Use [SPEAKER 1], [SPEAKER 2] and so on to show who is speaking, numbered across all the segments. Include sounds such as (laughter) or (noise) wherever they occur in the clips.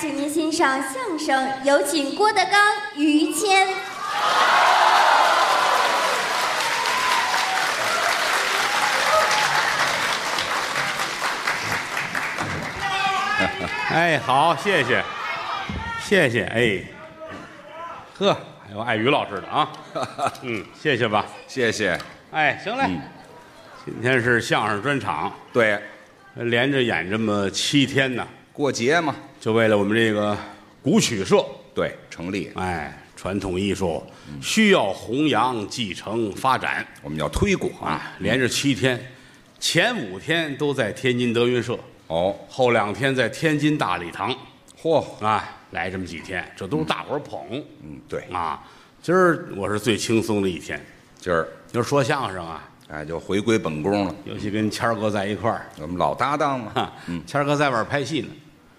[SPEAKER 1] 请您欣赏相声，有请郭德纲、于谦。
[SPEAKER 2] 哎，好，谢谢，谢谢，哎，呵，还有爱于老师的啊，嗯，谢谢吧，
[SPEAKER 3] 谢谢。
[SPEAKER 2] 哎，行嘞，今天是相声专场，
[SPEAKER 3] 对，
[SPEAKER 2] 连着演这么七天呢，
[SPEAKER 3] 过节嘛，
[SPEAKER 2] 就为了我们这个古曲社，
[SPEAKER 3] 对，成立，
[SPEAKER 2] 哎，传统艺术需要弘扬、继承、发展
[SPEAKER 3] 我们要推广嗯
[SPEAKER 2] 啊，连着七天，前五天都在天津德云社，
[SPEAKER 3] 哦，
[SPEAKER 2] 后两天在天津大礼堂，
[SPEAKER 3] 嚯，
[SPEAKER 2] 啊，来这么几天，这都是大伙儿捧。
[SPEAKER 3] 嗯，对，
[SPEAKER 2] 啊，今儿我是最轻松的一天。
[SPEAKER 3] 今儿
[SPEAKER 2] 就是说相声啊，
[SPEAKER 3] 哎就回归本宫了，
[SPEAKER 2] 尤其跟谦儿哥在一块儿，
[SPEAKER 3] 我们老搭档嘛
[SPEAKER 2] 哈。，谦儿哥在外边拍戏呢。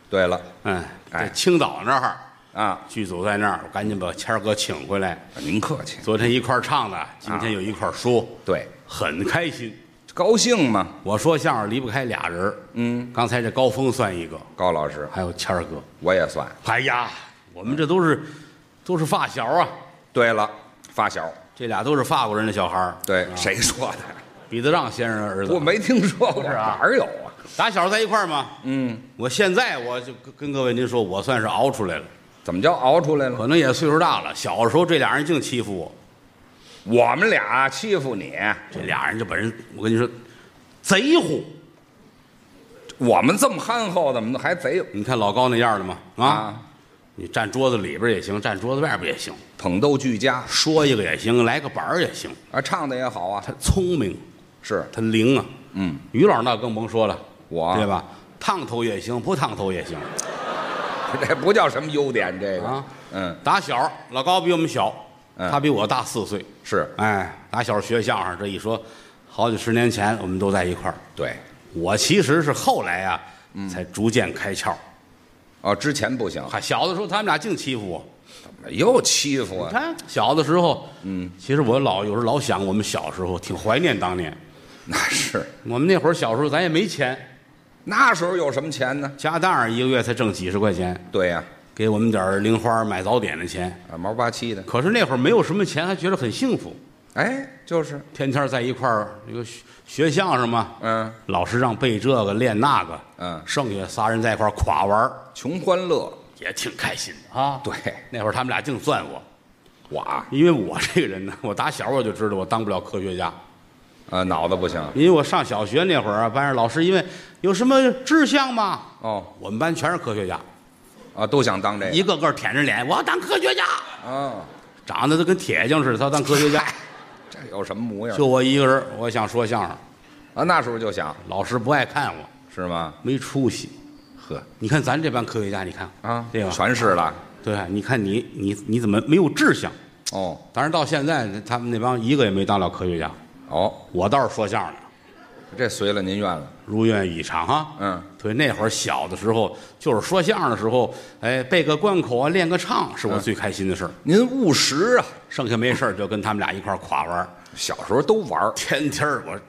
[SPEAKER 3] 对了，
[SPEAKER 2] 嗯，在
[SPEAKER 3] 嗯哎
[SPEAKER 2] 青岛那儿，
[SPEAKER 3] 啊，
[SPEAKER 2] 剧组在那儿，我赶紧把谦儿哥请回来。
[SPEAKER 3] 您客气，
[SPEAKER 2] 昨天一块儿唱的，今天又一块儿
[SPEAKER 3] 啊
[SPEAKER 2] 说，
[SPEAKER 3] 对，
[SPEAKER 2] 很开心。
[SPEAKER 3] 高兴嘛，
[SPEAKER 2] 我说相声离不开俩人儿，
[SPEAKER 3] 嗯，
[SPEAKER 2] 刚才这高峰算一个，
[SPEAKER 3] 高老师，
[SPEAKER 2] 还有谦儿哥。
[SPEAKER 3] 我也算。
[SPEAKER 2] 哎呀，我们这都是都是发小啊，
[SPEAKER 3] 对了，发小，
[SPEAKER 2] 这俩都是法国人的小孩儿，
[SPEAKER 3] 对，谁说的？
[SPEAKER 2] 彼得让先生的儿子。
[SPEAKER 3] 我没听说过，哪儿有啊？
[SPEAKER 2] 打小在一块儿嘛，
[SPEAKER 3] 嗯，
[SPEAKER 2] 我现在我就跟跟各位您说，我算是熬出来了，
[SPEAKER 3] 怎么叫熬出来了？
[SPEAKER 2] 可能也岁数大了。小时候这俩人净欺负我，
[SPEAKER 3] 我们俩欺负你，
[SPEAKER 2] 这俩人就把人，我跟你说，贼乎。
[SPEAKER 3] 我们这么憨厚，怎么还贼
[SPEAKER 2] 你看老高那样的吗？啊，
[SPEAKER 3] 啊？
[SPEAKER 2] 你站桌子里边也行，站桌子外边也行，
[SPEAKER 3] 捧逗俱佳
[SPEAKER 2] 说一个也行，来个板儿也行。
[SPEAKER 3] 啊，唱的也好啊，
[SPEAKER 2] 他聪明，
[SPEAKER 3] 是，
[SPEAKER 2] 他灵啊。
[SPEAKER 3] 嗯，
[SPEAKER 2] 于老师那更甭说了，
[SPEAKER 3] 我啊
[SPEAKER 2] 对吧？烫头也行，不烫头也行
[SPEAKER 3] (laughs) 这不叫什么优点，这个，
[SPEAKER 2] 啊。
[SPEAKER 3] 嗯，
[SPEAKER 2] 打小老高比我们小，
[SPEAKER 3] 嗯
[SPEAKER 2] 他比我大四岁。
[SPEAKER 3] 是
[SPEAKER 2] 哎，打小学相声，这一说，好几十年前我们都在一块儿。
[SPEAKER 3] 对，
[SPEAKER 2] 我其实是后来啊，才逐渐开窍。
[SPEAKER 3] 哦，之前不行，
[SPEAKER 2] 还啊小的时候，他们俩净欺负我。
[SPEAKER 3] 又欺负
[SPEAKER 2] 你
[SPEAKER 3] 我，
[SPEAKER 2] 看，小的时候，啊嗯，其实我老有时候老想我们小时候，挺怀念当年。
[SPEAKER 3] 那是
[SPEAKER 2] 我们那会儿小时候，咱也没钱，
[SPEAKER 3] 那时候有什么钱呢？
[SPEAKER 2] 家当儿一个月才挣几十块钱，
[SPEAKER 3] 对呀、
[SPEAKER 2] 给我们点儿零花买早点的钱。
[SPEAKER 3] 啊，毛八七的，
[SPEAKER 2] 可是那会儿没有什么钱，还觉得很幸福，
[SPEAKER 3] 哎，就是，
[SPEAKER 2] 天天在一块儿，这个学学相声嘛，
[SPEAKER 3] 嗯，
[SPEAKER 2] 老师让背这个练那个，
[SPEAKER 3] 嗯
[SPEAKER 2] 剩下仨人在一块儿垮玩儿
[SPEAKER 3] 穷欢乐，
[SPEAKER 2] 也挺开心的啊。
[SPEAKER 3] 对
[SPEAKER 2] 那会儿他们俩净攥我，
[SPEAKER 3] 我啊、
[SPEAKER 2] 因为我这个人呢， (laughs) 我打小我就知道我当不了科学家，
[SPEAKER 3] 呃脑子不行，
[SPEAKER 2] 因为我上小学那会儿啊，班上老师因为有什么志向吗？
[SPEAKER 3] 哦，
[SPEAKER 2] 我们班全是科学家，
[SPEAKER 3] 啊，都想当这
[SPEAKER 2] 一
[SPEAKER 3] 个，
[SPEAKER 2] 个个舔着脸，我要当科学家，
[SPEAKER 3] 啊，
[SPEAKER 2] 长得都跟铁匠似的，他要当科学家，
[SPEAKER 3] 这有什么模样？
[SPEAKER 2] 就我一个人，我想说相声，
[SPEAKER 3] 啊，那时候就想，
[SPEAKER 2] 老师不爱看我，
[SPEAKER 3] 是吗？
[SPEAKER 2] 没出息。
[SPEAKER 3] 呵，
[SPEAKER 2] 你看咱这帮科学家，你看
[SPEAKER 3] 啊，
[SPEAKER 2] 对吧？
[SPEAKER 3] 全是了，
[SPEAKER 2] 对，你看你你你怎么没有志向？
[SPEAKER 3] 哦，
[SPEAKER 2] 当然到现在，他们那帮一个也没当了科学家，
[SPEAKER 3] 哦，
[SPEAKER 2] 我倒是说相声的，
[SPEAKER 3] 这随了您愿了，
[SPEAKER 2] 如愿以偿哈。
[SPEAKER 3] 嗯，
[SPEAKER 2] 对，那会儿小的时候，就是说相声的时候，哎，背个关口啊，练个唱，是我最开心的事儿。
[SPEAKER 3] 您务实啊，
[SPEAKER 2] 剩下没事儿就跟他们俩一块儿垮玩儿，
[SPEAKER 3] 小时候都玩儿，
[SPEAKER 2] 天天儿我，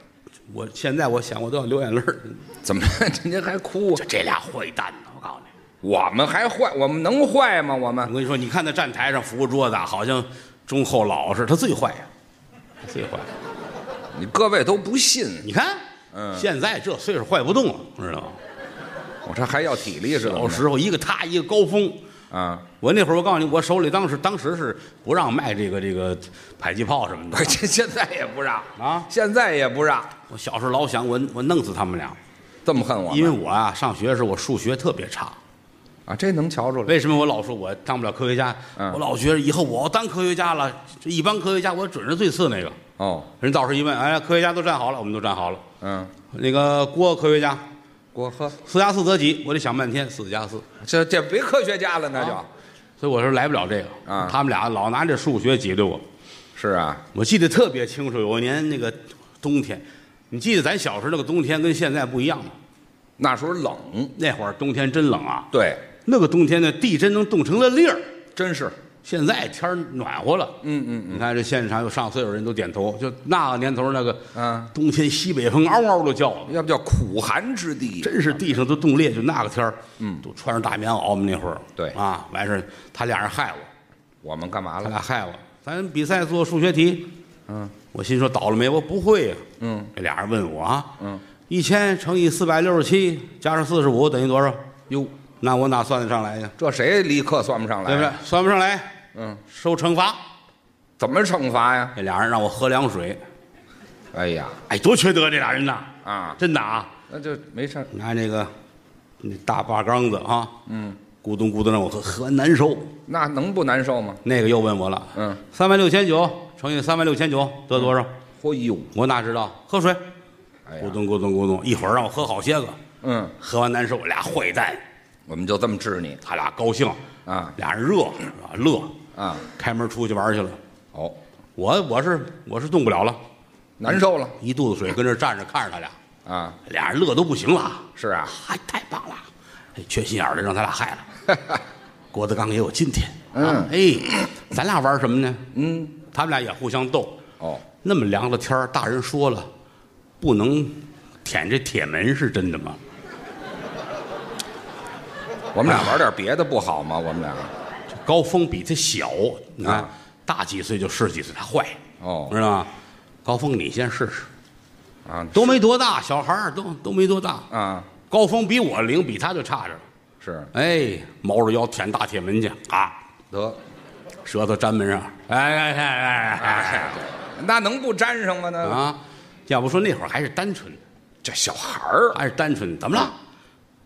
[SPEAKER 2] 我现在我想我都要流眼泪儿。
[SPEAKER 3] 怎么 (laughs) 您还哭啊
[SPEAKER 2] 就？这俩坏蛋呢，我告诉你，
[SPEAKER 3] 我们还坏，我们能坏吗？我们
[SPEAKER 2] 我跟你说，你看他站台上扶着桌子啊，好像忠厚老实，他最坏呀、他最坏。
[SPEAKER 3] 你各位都不信，
[SPEAKER 2] 你看，
[SPEAKER 3] 嗯
[SPEAKER 2] 现在这岁数坏不动了，知道吗？
[SPEAKER 3] 我这还要体力是怎么
[SPEAKER 2] 小
[SPEAKER 3] 着
[SPEAKER 2] 时候一个他一个高峰。
[SPEAKER 3] 啊，
[SPEAKER 2] 我那会儿，我告诉你，我手里当时当时是不让卖这个这个迫击炮什么的
[SPEAKER 3] (laughs) 我，这现在也不让
[SPEAKER 2] 啊
[SPEAKER 3] 现在也不让，
[SPEAKER 2] 我小时候老想我我弄死他们俩，
[SPEAKER 3] 这么恨我
[SPEAKER 2] 因为
[SPEAKER 3] 们
[SPEAKER 2] 我啊上学的时候我数学特别差。
[SPEAKER 3] 啊，这能瞧出来，
[SPEAKER 2] 为什么我老说我当不了科学家？
[SPEAKER 3] 嗯
[SPEAKER 2] 我老觉得以后我要当科学家了，这一帮科学家我准是最次那个。
[SPEAKER 3] 哦，
[SPEAKER 2] 人到时候一问，哎，科学家都站好了，我们都站好了。
[SPEAKER 3] 嗯，
[SPEAKER 2] 那个郭科学家，
[SPEAKER 3] 我喝，
[SPEAKER 2] 四加四得几？我得想半天，四加四。
[SPEAKER 3] 这这别科学家了，那就、
[SPEAKER 2] 啊所以我说来不了这个。
[SPEAKER 3] 啊
[SPEAKER 2] 他们俩老拿这数学挤兑我。
[SPEAKER 3] 是啊，
[SPEAKER 2] 我记得特别清楚，有一年那个冬天，你记得咱小时候那个冬天跟现在不一样吗？
[SPEAKER 3] 那时候冷，
[SPEAKER 2] 那会儿冬天真冷啊，
[SPEAKER 3] 对，
[SPEAKER 2] 那个冬天的地真能冻成了粒儿。
[SPEAKER 3] 真是
[SPEAKER 2] 现在天儿暖和了，嗯嗯，你看这现场有上岁数人都点头，就那个年头那个，
[SPEAKER 3] 嗯，
[SPEAKER 2] 东偏西北风嗷嗷的叫，
[SPEAKER 3] 要不叫苦寒之地。
[SPEAKER 2] 真是地上都冻裂，就那个天儿，嗯，都穿上大棉袄，我们那会儿，
[SPEAKER 3] 对
[SPEAKER 2] 啊，完事儿他俩人害我，
[SPEAKER 3] 我们干嘛
[SPEAKER 2] 他
[SPEAKER 3] 了？
[SPEAKER 2] 俩害我，咱比赛做数学题，嗯，我心说倒了霉，我不会呀、
[SPEAKER 3] 嗯，
[SPEAKER 2] 这俩人问我啊，
[SPEAKER 3] 嗯，
[SPEAKER 2] 一千乘以四百六十七加上四十五等于多少？
[SPEAKER 3] 哟，
[SPEAKER 2] 那我哪算得上来呀？
[SPEAKER 3] 这谁立刻算不上来？
[SPEAKER 2] 对不对？算不上来，
[SPEAKER 3] 嗯，
[SPEAKER 2] 受惩罚。
[SPEAKER 3] 怎么惩罚呀？
[SPEAKER 2] 这俩人让我喝凉水，
[SPEAKER 3] 哎呀，
[SPEAKER 2] 哎，多缺德这俩人呐！
[SPEAKER 3] 啊
[SPEAKER 2] 真的啊！
[SPEAKER 3] 那就没事儿。
[SPEAKER 2] 拿这个那大把缸子啊，
[SPEAKER 3] 嗯，
[SPEAKER 2] 咕咚咕咚让我喝，喝完难受。
[SPEAKER 3] 那能不难受吗？
[SPEAKER 2] 那个又问我了，
[SPEAKER 3] 嗯，
[SPEAKER 2] 三万六千九乘以三万六千九得多少？
[SPEAKER 3] 嚯哟，
[SPEAKER 2] 我哪知道？喝水，
[SPEAKER 3] 哎
[SPEAKER 2] 咕
[SPEAKER 3] 呀，
[SPEAKER 2] 咚咕咚咕咚，一会儿让我喝好些个，
[SPEAKER 3] 嗯，
[SPEAKER 2] 喝完难受，俩坏蛋，
[SPEAKER 3] 我们就这么治你
[SPEAKER 2] 他俩高兴，
[SPEAKER 3] 啊
[SPEAKER 2] 俩人热啊乐，
[SPEAKER 3] 啊！
[SPEAKER 2] 开门出去玩去了。
[SPEAKER 3] 哦，
[SPEAKER 2] 我我是我是动不了了，
[SPEAKER 3] 难受了
[SPEAKER 2] 一肚子水跟这儿站着看着他俩，
[SPEAKER 3] 啊？
[SPEAKER 2] 俩人乐都不行了。
[SPEAKER 3] 是啊，
[SPEAKER 2] 哎，太棒了！哎，缺心眼儿的让他俩害了。
[SPEAKER 3] (laughs)
[SPEAKER 2] 郭德纲也有今天，啊，哎，咱俩玩什么呢？
[SPEAKER 3] 嗯，
[SPEAKER 2] 他们俩也互相斗。
[SPEAKER 3] 哦，
[SPEAKER 2] 那么凉的天儿，大人说了，不能舔这铁门，是真的吗？
[SPEAKER 3] 我们俩玩点别的不好吗？我们俩，
[SPEAKER 2] 这高峰比他小，你看、
[SPEAKER 3] 啊
[SPEAKER 2] 大几岁就是几岁，他坏，
[SPEAKER 3] 哦
[SPEAKER 2] 知道吗？高峰，你先试试，
[SPEAKER 3] 啊，
[SPEAKER 2] 都没多大，小孩儿都都没多大。
[SPEAKER 3] 啊，
[SPEAKER 2] 高峰比我灵，比他就差着了。
[SPEAKER 3] 是
[SPEAKER 2] 哎，猫着腰舔大铁门去啊！
[SPEAKER 3] 得，
[SPEAKER 2] 舌头粘门上，哎哎哎哎哎
[SPEAKER 3] 那能不粘上吗？
[SPEAKER 2] 哎
[SPEAKER 3] 那
[SPEAKER 2] 啊！要不说那会儿还是单纯，
[SPEAKER 3] 这小孩儿
[SPEAKER 2] 还是单纯，怎么了？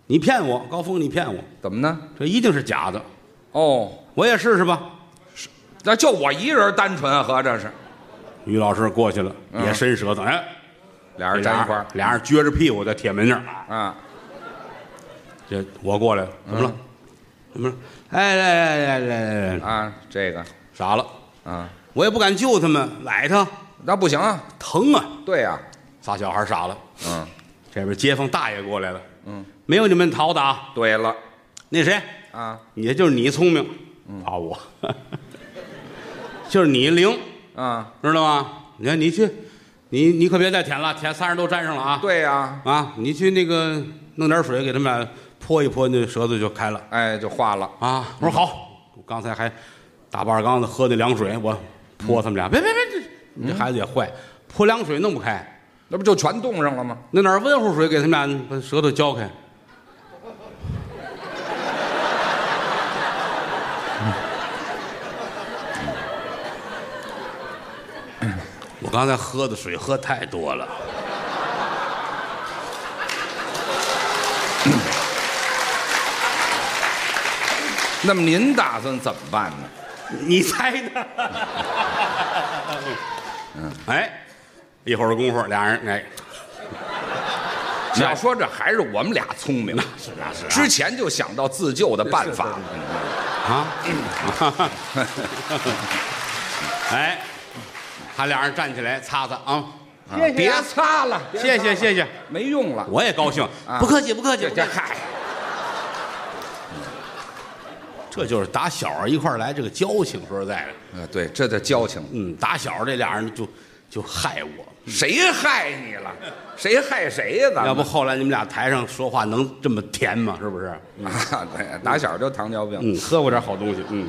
[SPEAKER 2] 你骗我，高峰，你骗我，
[SPEAKER 3] 怎么呢？
[SPEAKER 2] 这一定是假的。
[SPEAKER 3] 哦，
[SPEAKER 2] 我也试试吧。
[SPEAKER 3] 那就我一人单纯啊，合着是
[SPEAKER 2] 于老师过去了，也伸舌头，哎，
[SPEAKER 3] 俩人粘一块儿
[SPEAKER 2] 俩人撅着屁股在铁门那儿。
[SPEAKER 3] 啊，
[SPEAKER 2] 这我过来了，怎么了？怎么了？哎来来来来来，
[SPEAKER 3] 啊，这个
[SPEAKER 2] 傻了，
[SPEAKER 3] 啊，
[SPEAKER 2] 我也不敢救他们，崴他
[SPEAKER 3] 那不行啊，
[SPEAKER 2] 疼啊！
[SPEAKER 3] 对呀、
[SPEAKER 2] 仨小孩傻了，
[SPEAKER 3] 嗯，
[SPEAKER 2] 这边街坊大爷过来了，嗯，没有你们逃的啊。
[SPEAKER 3] 对了
[SPEAKER 2] 那谁，
[SPEAKER 3] 啊
[SPEAKER 2] 也就是你聪明，啊我， (laughs) 就是你灵，
[SPEAKER 3] 啊，
[SPEAKER 2] 知道吗？你看你去，你你可别再舔了，舔仨人都沾上了啊。
[SPEAKER 3] 对呀、
[SPEAKER 2] 啊，你去那个弄点水给他们俩泼一泼，那舌头就开了
[SPEAKER 3] 哎，就化了，
[SPEAKER 2] 啊。我说好，我刚才还大半缸子喝那凉水，我泼他们俩，别别别，这你这孩子也坏，泼凉水弄不开，
[SPEAKER 3] 那不就全冻上了吗？
[SPEAKER 2] 弄点温乎水给他们俩把舌头浇开。嗯我刚才喝的水喝太多了，
[SPEAKER 3] 那么您打算怎么办呢？
[SPEAKER 2] 你猜的。哎，一会儿功夫，俩人哎，
[SPEAKER 3] 你要说这还是我们俩聪明，
[SPEAKER 2] 是啊是
[SPEAKER 3] 之前就想到自救的办法。嗯
[SPEAKER 2] 啊， (laughs) 哎，他俩人站起来擦擦啊，
[SPEAKER 3] 啊别擦了，别
[SPEAKER 2] 谢谢谢谢，
[SPEAKER 3] 没用了。
[SPEAKER 2] 我也高兴，
[SPEAKER 3] 啊
[SPEAKER 2] 不客气不客气
[SPEAKER 3] 这，这嗨，
[SPEAKER 2] 这就是打小儿一块儿来这个交情，说实在的，
[SPEAKER 3] 呃对，这叫交情。
[SPEAKER 2] 嗯，打小儿这俩人就就害我，
[SPEAKER 3] 谁害你了？谁害谁呀？咱们
[SPEAKER 2] 要不后来你们俩台上说话能这么甜吗？是不是？
[SPEAKER 3] 啊，对，打小就糖尿病。
[SPEAKER 2] 嗯，喝过点好东西，嗯。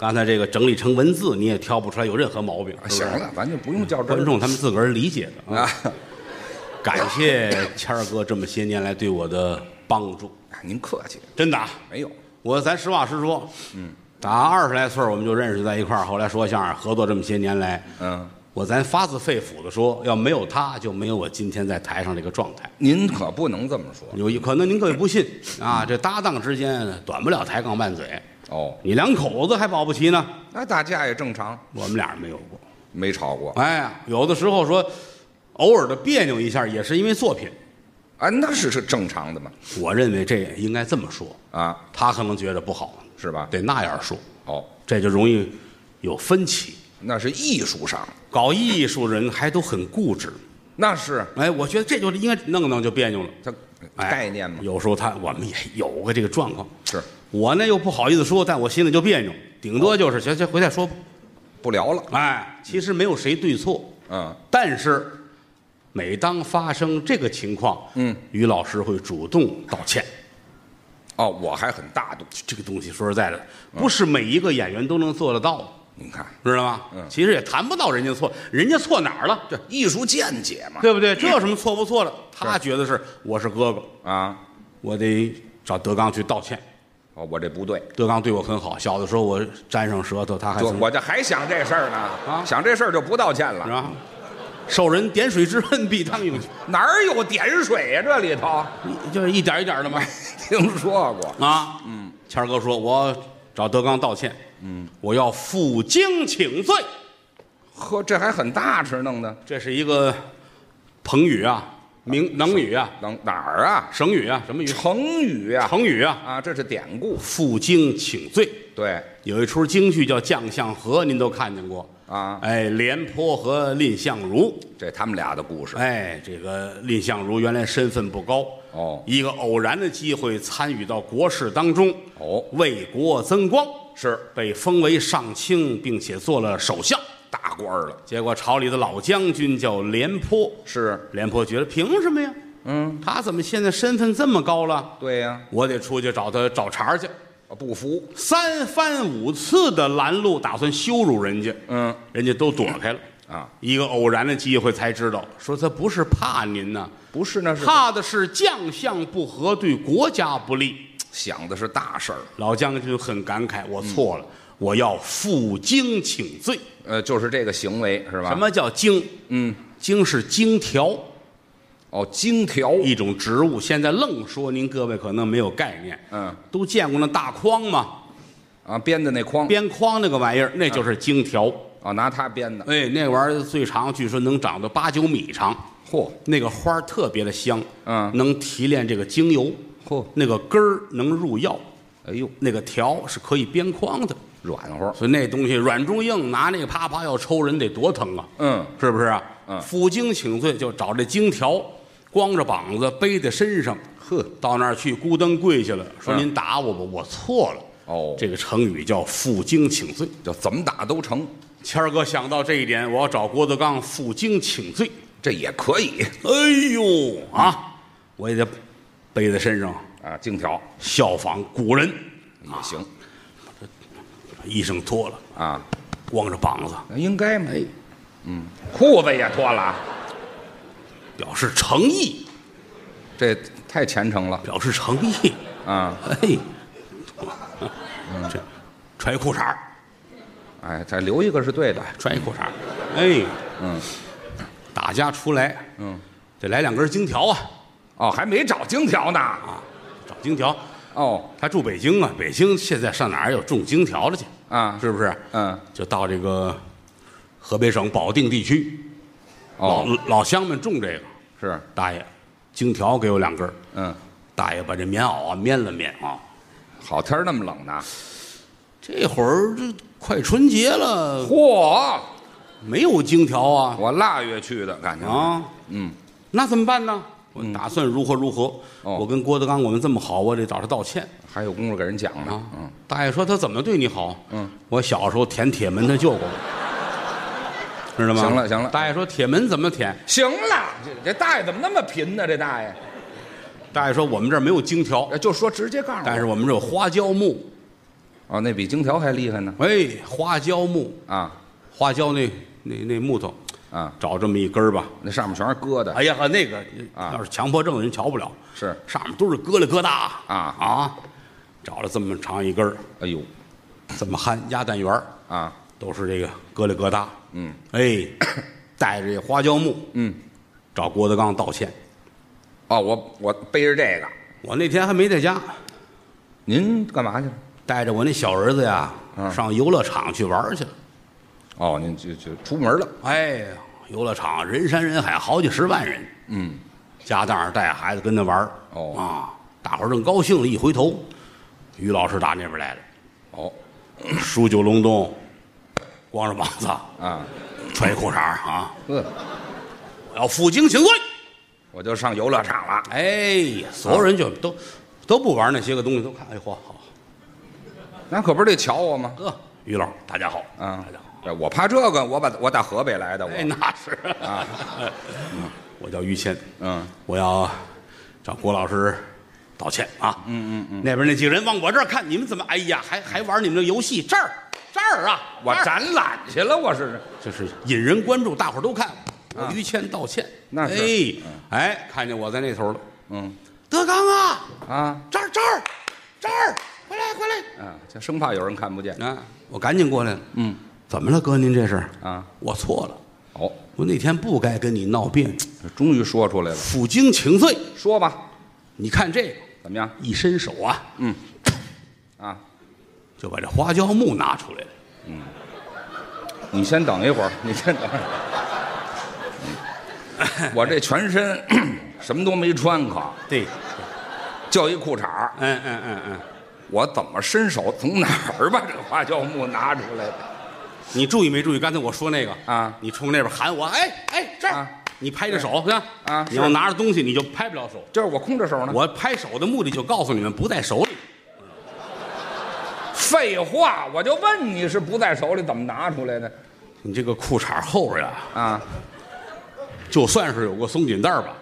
[SPEAKER 2] 刚才这个整理成文字，你也挑不出来有任何毛病。是
[SPEAKER 3] 啊行
[SPEAKER 2] 不是，
[SPEAKER 3] 了，咱就不用较真儿
[SPEAKER 2] 观众他们自个儿理解啊的啊。
[SPEAKER 3] 啊。 (laughs)
[SPEAKER 2] 感谢谦儿哥这么些年来对我的帮助，
[SPEAKER 3] 您客气，
[SPEAKER 2] 真的啊。
[SPEAKER 3] 没有
[SPEAKER 2] 我咱实话实说，嗯，打二十来岁儿我们就认识在一块儿，后来说相声合作这么些年来，
[SPEAKER 3] 嗯，
[SPEAKER 2] 我咱发自肺腑的说，要没有他，就没有我今天在台上这个状态。
[SPEAKER 3] 您可不能这么说
[SPEAKER 2] 有一可能您各位不信啊，这搭档之间短不了抬杠拌嘴，
[SPEAKER 3] 哦。
[SPEAKER 2] 你两口子还保不齐呢。
[SPEAKER 3] 那打架也正常，
[SPEAKER 2] 我们俩没有过，
[SPEAKER 3] 没吵过
[SPEAKER 2] 哎呀，有的时候说偶尔的别扭一下，也是因为作品。
[SPEAKER 3] 啊，那是是正常的嘛
[SPEAKER 2] 我认为这应该这么说，
[SPEAKER 3] 啊，
[SPEAKER 2] 他可能觉得不好，啊
[SPEAKER 3] 是吧？
[SPEAKER 2] 得那样说，
[SPEAKER 3] 哦，
[SPEAKER 2] 这就容易有分歧。
[SPEAKER 3] 那是艺术上，
[SPEAKER 2] 搞艺术人还都很固执，
[SPEAKER 3] 那是
[SPEAKER 2] 哎，我觉得这就是应该弄弄就别扭了。
[SPEAKER 3] 它
[SPEAKER 2] 哎
[SPEAKER 3] 概念嘛，
[SPEAKER 2] 有时候他我们也有过这个状况。
[SPEAKER 3] 是
[SPEAKER 2] 我呢又不好意思说，但我心里就别扭。顶多就是行行，回来说吧。
[SPEAKER 3] 不聊了。
[SPEAKER 2] 哎，其实没有谁对错，
[SPEAKER 3] 嗯，
[SPEAKER 2] 但是每当发生这个情况，
[SPEAKER 3] 嗯，
[SPEAKER 2] 于老师会主动道歉。
[SPEAKER 3] 哦，我还很大度。
[SPEAKER 2] 这个东西说实在的，
[SPEAKER 3] 嗯
[SPEAKER 2] 不是每一个演员都能做得到的，
[SPEAKER 3] 您看，
[SPEAKER 2] 知道吗？
[SPEAKER 3] 嗯
[SPEAKER 2] 其实也谈不到人家错，人家错哪儿了，
[SPEAKER 3] 这艺术见解嘛。
[SPEAKER 2] 对不对？这有什么错不错的？他觉得是我是哥哥，
[SPEAKER 3] 啊，
[SPEAKER 2] 我得找德刚去道歉。
[SPEAKER 3] 哦，我这不对，
[SPEAKER 2] 德刚对我很好，小的时候我沾上舌头，他还
[SPEAKER 3] 这
[SPEAKER 2] 曾
[SPEAKER 3] 我这还想这事儿呢。
[SPEAKER 2] 啊
[SPEAKER 3] 想这事儿就不道歉
[SPEAKER 2] 是啊
[SPEAKER 3] 了。
[SPEAKER 2] 吧？受人点水之恩，必当用其
[SPEAKER 3] 哪儿有点水呀、这里头
[SPEAKER 2] 你就是一点一点的嘛。
[SPEAKER 3] (laughs) 听说过。
[SPEAKER 2] 啊，嗯，谦儿哥说，我找德刚道歉，嗯，我要负荆请罪，
[SPEAKER 3] 呵，这还很大吃弄的。
[SPEAKER 2] 这是一个彭语啊，明能语啊，
[SPEAKER 3] 能哪儿啊？
[SPEAKER 2] 省语啊，什么语？
[SPEAKER 3] 成语啊。
[SPEAKER 2] 成语啊，
[SPEAKER 3] 啊，这是典故。
[SPEAKER 2] 负荆请罪。
[SPEAKER 3] 对，
[SPEAKER 2] 有一出京剧叫《将相和》，您都看见过
[SPEAKER 3] 啊
[SPEAKER 2] 哎，廉颇和蔺相如，
[SPEAKER 3] 这他们俩的故事。
[SPEAKER 2] 哎，这个蔺相如原来身份不高
[SPEAKER 3] 哦
[SPEAKER 2] 一个偶然的机会参与到国事当中，
[SPEAKER 3] 哦
[SPEAKER 2] 为国增光，
[SPEAKER 3] 是
[SPEAKER 2] 被封为上卿，并且做了首相。
[SPEAKER 3] 大官儿了。
[SPEAKER 2] 结果朝里的老将军叫廉颇，
[SPEAKER 3] 是，
[SPEAKER 2] 廉颇觉得凭什么呀？
[SPEAKER 3] 嗯，
[SPEAKER 2] 他怎么现在身份这么高了？
[SPEAKER 3] 对呀、
[SPEAKER 2] 我得出去找他找茬儿去。
[SPEAKER 3] 不服。
[SPEAKER 2] 三番五次的拦路，打算羞辱人家，
[SPEAKER 3] 嗯
[SPEAKER 2] 人家都躲开了。
[SPEAKER 3] 啊，
[SPEAKER 2] 一个偶然的机会才知道，说他不是怕您呐、
[SPEAKER 3] 不是那是
[SPEAKER 2] 怕的是将相不和，对国家不利。
[SPEAKER 3] 想的是大事儿。
[SPEAKER 2] 老将军很感慨，我错
[SPEAKER 3] 嗯
[SPEAKER 2] 了，我要负荆请罪。
[SPEAKER 3] 呃，就是这个行为是吧？
[SPEAKER 2] 什？么叫荆？
[SPEAKER 3] 啊嗯，
[SPEAKER 2] 荆是荆条，
[SPEAKER 3] 哦，荆条。
[SPEAKER 2] 一种植物。现在愣说，您各位可能没有概念。
[SPEAKER 3] 嗯，
[SPEAKER 2] 都见过那大筐吗？
[SPEAKER 3] 啊，编的那筐。
[SPEAKER 2] 边筐那个玩意儿，那就是荆条。
[SPEAKER 3] 啊，拿它编的。
[SPEAKER 2] 哎，那玩意儿最长，据说能长到八九米长。
[SPEAKER 3] 嚯，
[SPEAKER 2] 那个花儿特别的香，
[SPEAKER 3] 嗯
[SPEAKER 2] 能提炼这个精油。
[SPEAKER 3] 嚯
[SPEAKER 2] 那个根儿能入药，
[SPEAKER 3] 哎呦，
[SPEAKER 2] 那个条是可以编筐的，
[SPEAKER 3] 软和。
[SPEAKER 2] 所以那东西软中硬，拿那个啪啪要抽人得多疼啊！
[SPEAKER 3] 嗯，
[SPEAKER 2] 是不是啊？
[SPEAKER 3] 嗯
[SPEAKER 2] 负荆请罪就找这荆条，光着膀子背在身上，
[SPEAKER 3] 呵，
[SPEAKER 2] 到那儿去咕噔跪下了，说
[SPEAKER 3] 嗯
[SPEAKER 2] 您打我吧，我错了。
[SPEAKER 3] 哦
[SPEAKER 2] 这个成语叫负荆请罪。
[SPEAKER 3] 就怎么打都成，
[SPEAKER 2] 谦儿哥想到这一点，我要找郭德纲负荆请罪。
[SPEAKER 3] 这也可以
[SPEAKER 2] 哎呦啊，我也得背在身上，
[SPEAKER 3] 啊。荆条
[SPEAKER 2] 效仿古人，
[SPEAKER 3] 也行
[SPEAKER 2] 衣裳脱了，
[SPEAKER 3] 啊，
[SPEAKER 2] 光着膀子，
[SPEAKER 3] 那应该嘛。嗯，裤子也脱了啊，
[SPEAKER 2] 表示诚意，
[SPEAKER 3] 这太虔诚了
[SPEAKER 2] 表示诚意。
[SPEAKER 3] 啊！
[SPEAKER 2] 哎，嗯这穿一裤衩儿
[SPEAKER 3] 哎，再留一个是对的。
[SPEAKER 2] 穿一裤衩儿哎，
[SPEAKER 3] 嗯，
[SPEAKER 2] 打家出来，
[SPEAKER 3] 嗯，
[SPEAKER 2] 得来两根荆条啊，
[SPEAKER 3] 哦，还没找荆条呢。
[SPEAKER 2] 找荆条。
[SPEAKER 3] 哦，
[SPEAKER 2] 他住北京啊，北京现在上哪儿有种荆条的去
[SPEAKER 3] 啊
[SPEAKER 2] 是不是？
[SPEAKER 3] 嗯，
[SPEAKER 2] 就到这个河北省保定地区，老
[SPEAKER 3] 哦，
[SPEAKER 2] 老乡们种这个。
[SPEAKER 3] 是，
[SPEAKER 2] 大爷，荆条给我两根儿
[SPEAKER 3] 嗯，
[SPEAKER 2] 大爷把这棉袄啊棉了棉啊。
[SPEAKER 3] 好天儿那么冷呢。
[SPEAKER 2] 这会儿这快春节了，
[SPEAKER 3] 嚯，
[SPEAKER 2] 没有荆条啊
[SPEAKER 3] 我腊月去的感觉。
[SPEAKER 2] 啊，
[SPEAKER 3] 嗯，
[SPEAKER 2] 那怎么办呢？我打算如何如何？
[SPEAKER 3] 哦
[SPEAKER 2] 我跟郭德纲我们这么好，我得找他道歉
[SPEAKER 3] 还有功夫给人讲
[SPEAKER 2] 啊
[SPEAKER 3] 呢。嗯，。
[SPEAKER 2] 大爷说他怎么对你好？
[SPEAKER 3] 嗯，
[SPEAKER 2] 我小时候舔铁门，他救过我，
[SPEAKER 3] (laughs)
[SPEAKER 2] 知道吗？
[SPEAKER 3] 行了行了
[SPEAKER 2] 大爷说铁门怎么舔？
[SPEAKER 3] 行了，这这大爷怎么那么贫呢？这大爷，
[SPEAKER 2] 大爷说我们这儿没有荆条，
[SPEAKER 3] 哎就说直接告诉我。
[SPEAKER 2] 但是我们这有花椒木。
[SPEAKER 3] 哦，那比荆条还厉害呢。
[SPEAKER 2] 哎，花椒木，
[SPEAKER 3] 啊
[SPEAKER 2] 花椒那那那木头，
[SPEAKER 3] 啊，
[SPEAKER 2] 找这么一根儿吧。
[SPEAKER 3] 那上面全是疙瘩。
[SPEAKER 2] 哎呀呵，那个
[SPEAKER 3] 啊
[SPEAKER 2] 要是强迫症的人瞧不了，
[SPEAKER 3] 是
[SPEAKER 2] 上面都是疙瘩疙瘩啊
[SPEAKER 3] 啊
[SPEAKER 2] 啊！找了这么长一根儿，
[SPEAKER 3] 哎呦，
[SPEAKER 2] 这么焊鸭蛋圆儿，
[SPEAKER 3] 啊，
[SPEAKER 2] 都是这个疙里疙瘩。
[SPEAKER 3] 嗯
[SPEAKER 2] 哎，带着这花椒木
[SPEAKER 3] 嗯，
[SPEAKER 2] 找郭德纲道歉。
[SPEAKER 3] 哦，我我背着这个，
[SPEAKER 2] 我那天还没在家，
[SPEAKER 3] 您干嘛去了？
[SPEAKER 2] 带着我那小儿子呀、
[SPEAKER 3] 嗯
[SPEAKER 2] 上游乐场去玩儿去了。
[SPEAKER 3] 哦，您就就出门了。
[SPEAKER 2] 哎呀，游乐场人山人海，好几十万人，
[SPEAKER 3] 嗯，
[SPEAKER 2] 家长带孩子跟那玩儿
[SPEAKER 3] 哦
[SPEAKER 2] 啊，大伙儿正高兴了，一回头，于老师打那边来了，
[SPEAKER 3] 哦
[SPEAKER 2] 数九隆冬，光着膀子，
[SPEAKER 3] 啊，
[SPEAKER 2] 穿一裤衩儿啊，
[SPEAKER 3] 呵，
[SPEAKER 2] 我要负荆请罪。
[SPEAKER 3] 我就上游乐场了。
[SPEAKER 2] 哎呀，所有人就都都不玩那些个东西，都看，哎嚯，好，
[SPEAKER 3] 那可不是得瞧我吗？
[SPEAKER 2] 呵，于老，大家好，
[SPEAKER 3] 啊
[SPEAKER 2] 大家好。，
[SPEAKER 3] 哎我怕这个，我把我打河北来的，
[SPEAKER 2] 哎，
[SPEAKER 3] 我
[SPEAKER 2] 那是啊，我叫于谦，
[SPEAKER 3] 嗯，
[SPEAKER 2] 我要找郭老师道歉啊。嗯嗯嗯，那边那几个人往我这儿看，你们怎么？哎呀，还还玩你们这游戏？这儿这儿啊，
[SPEAKER 3] 我
[SPEAKER 2] 这儿
[SPEAKER 3] 展览去了，我是
[SPEAKER 2] 这是引人关注，大伙儿都看。我于谦道歉，
[SPEAKER 3] 那是
[SPEAKER 2] 哎哎，看见我在那头了，
[SPEAKER 3] 嗯
[SPEAKER 2] 德刚啊，
[SPEAKER 3] 啊
[SPEAKER 2] 这儿这儿这儿，回来回来
[SPEAKER 3] 啊，就生怕有人看不见，
[SPEAKER 2] 啊！我赶紧过来了，
[SPEAKER 3] 嗯
[SPEAKER 2] 怎么了，哥？您这是？
[SPEAKER 3] 啊，
[SPEAKER 2] 我错了，
[SPEAKER 3] 哦，
[SPEAKER 2] 我那天不该跟你闹别扭，
[SPEAKER 3] 终于说出来了，
[SPEAKER 2] 负荆请罪。
[SPEAKER 3] 说吧，
[SPEAKER 2] 你看这个，
[SPEAKER 3] 怎么样
[SPEAKER 2] 一伸手啊，
[SPEAKER 3] 啊？
[SPEAKER 2] 就把这花椒木拿出来了。
[SPEAKER 3] 你先等一会儿，你先等一会儿。我这全身 (clears throat) 什么都没穿，可
[SPEAKER 2] 对，
[SPEAKER 3] 就一裤衩儿
[SPEAKER 2] 嗯嗯嗯嗯，
[SPEAKER 3] 我怎么伸手从哪儿把这个花椒木拿出来的？
[SPEAKER 2] 你注意没注意？刚才我说那个
[SPEAKER 3] 啊
[SPEAKER 2] 你冲那边喊我，哎哎，这儿
[SPEAKER 3] 啊，
[SPEAKER 2] 你拍着手，看
[SPEAKER 3] 啊
[SPEAKER 2] 你要
[SPEAKER 3] 是
[SPEAKER 2] 拿着东西你就拍不了手。
[SPEAKER 3] 就是我空着手呢。
[SPEAKER 2] 我拍手的目的就告诉你们，不在手里。
[SPEAKER 3] 废话，我就问你是不在手里怎么拿出来的
[SPEAKER 2] 你这个裤衩后边啊，
[SPEAKER 3] 啊？
[SPEAKER 2] 就算是有个松紧带儿吧，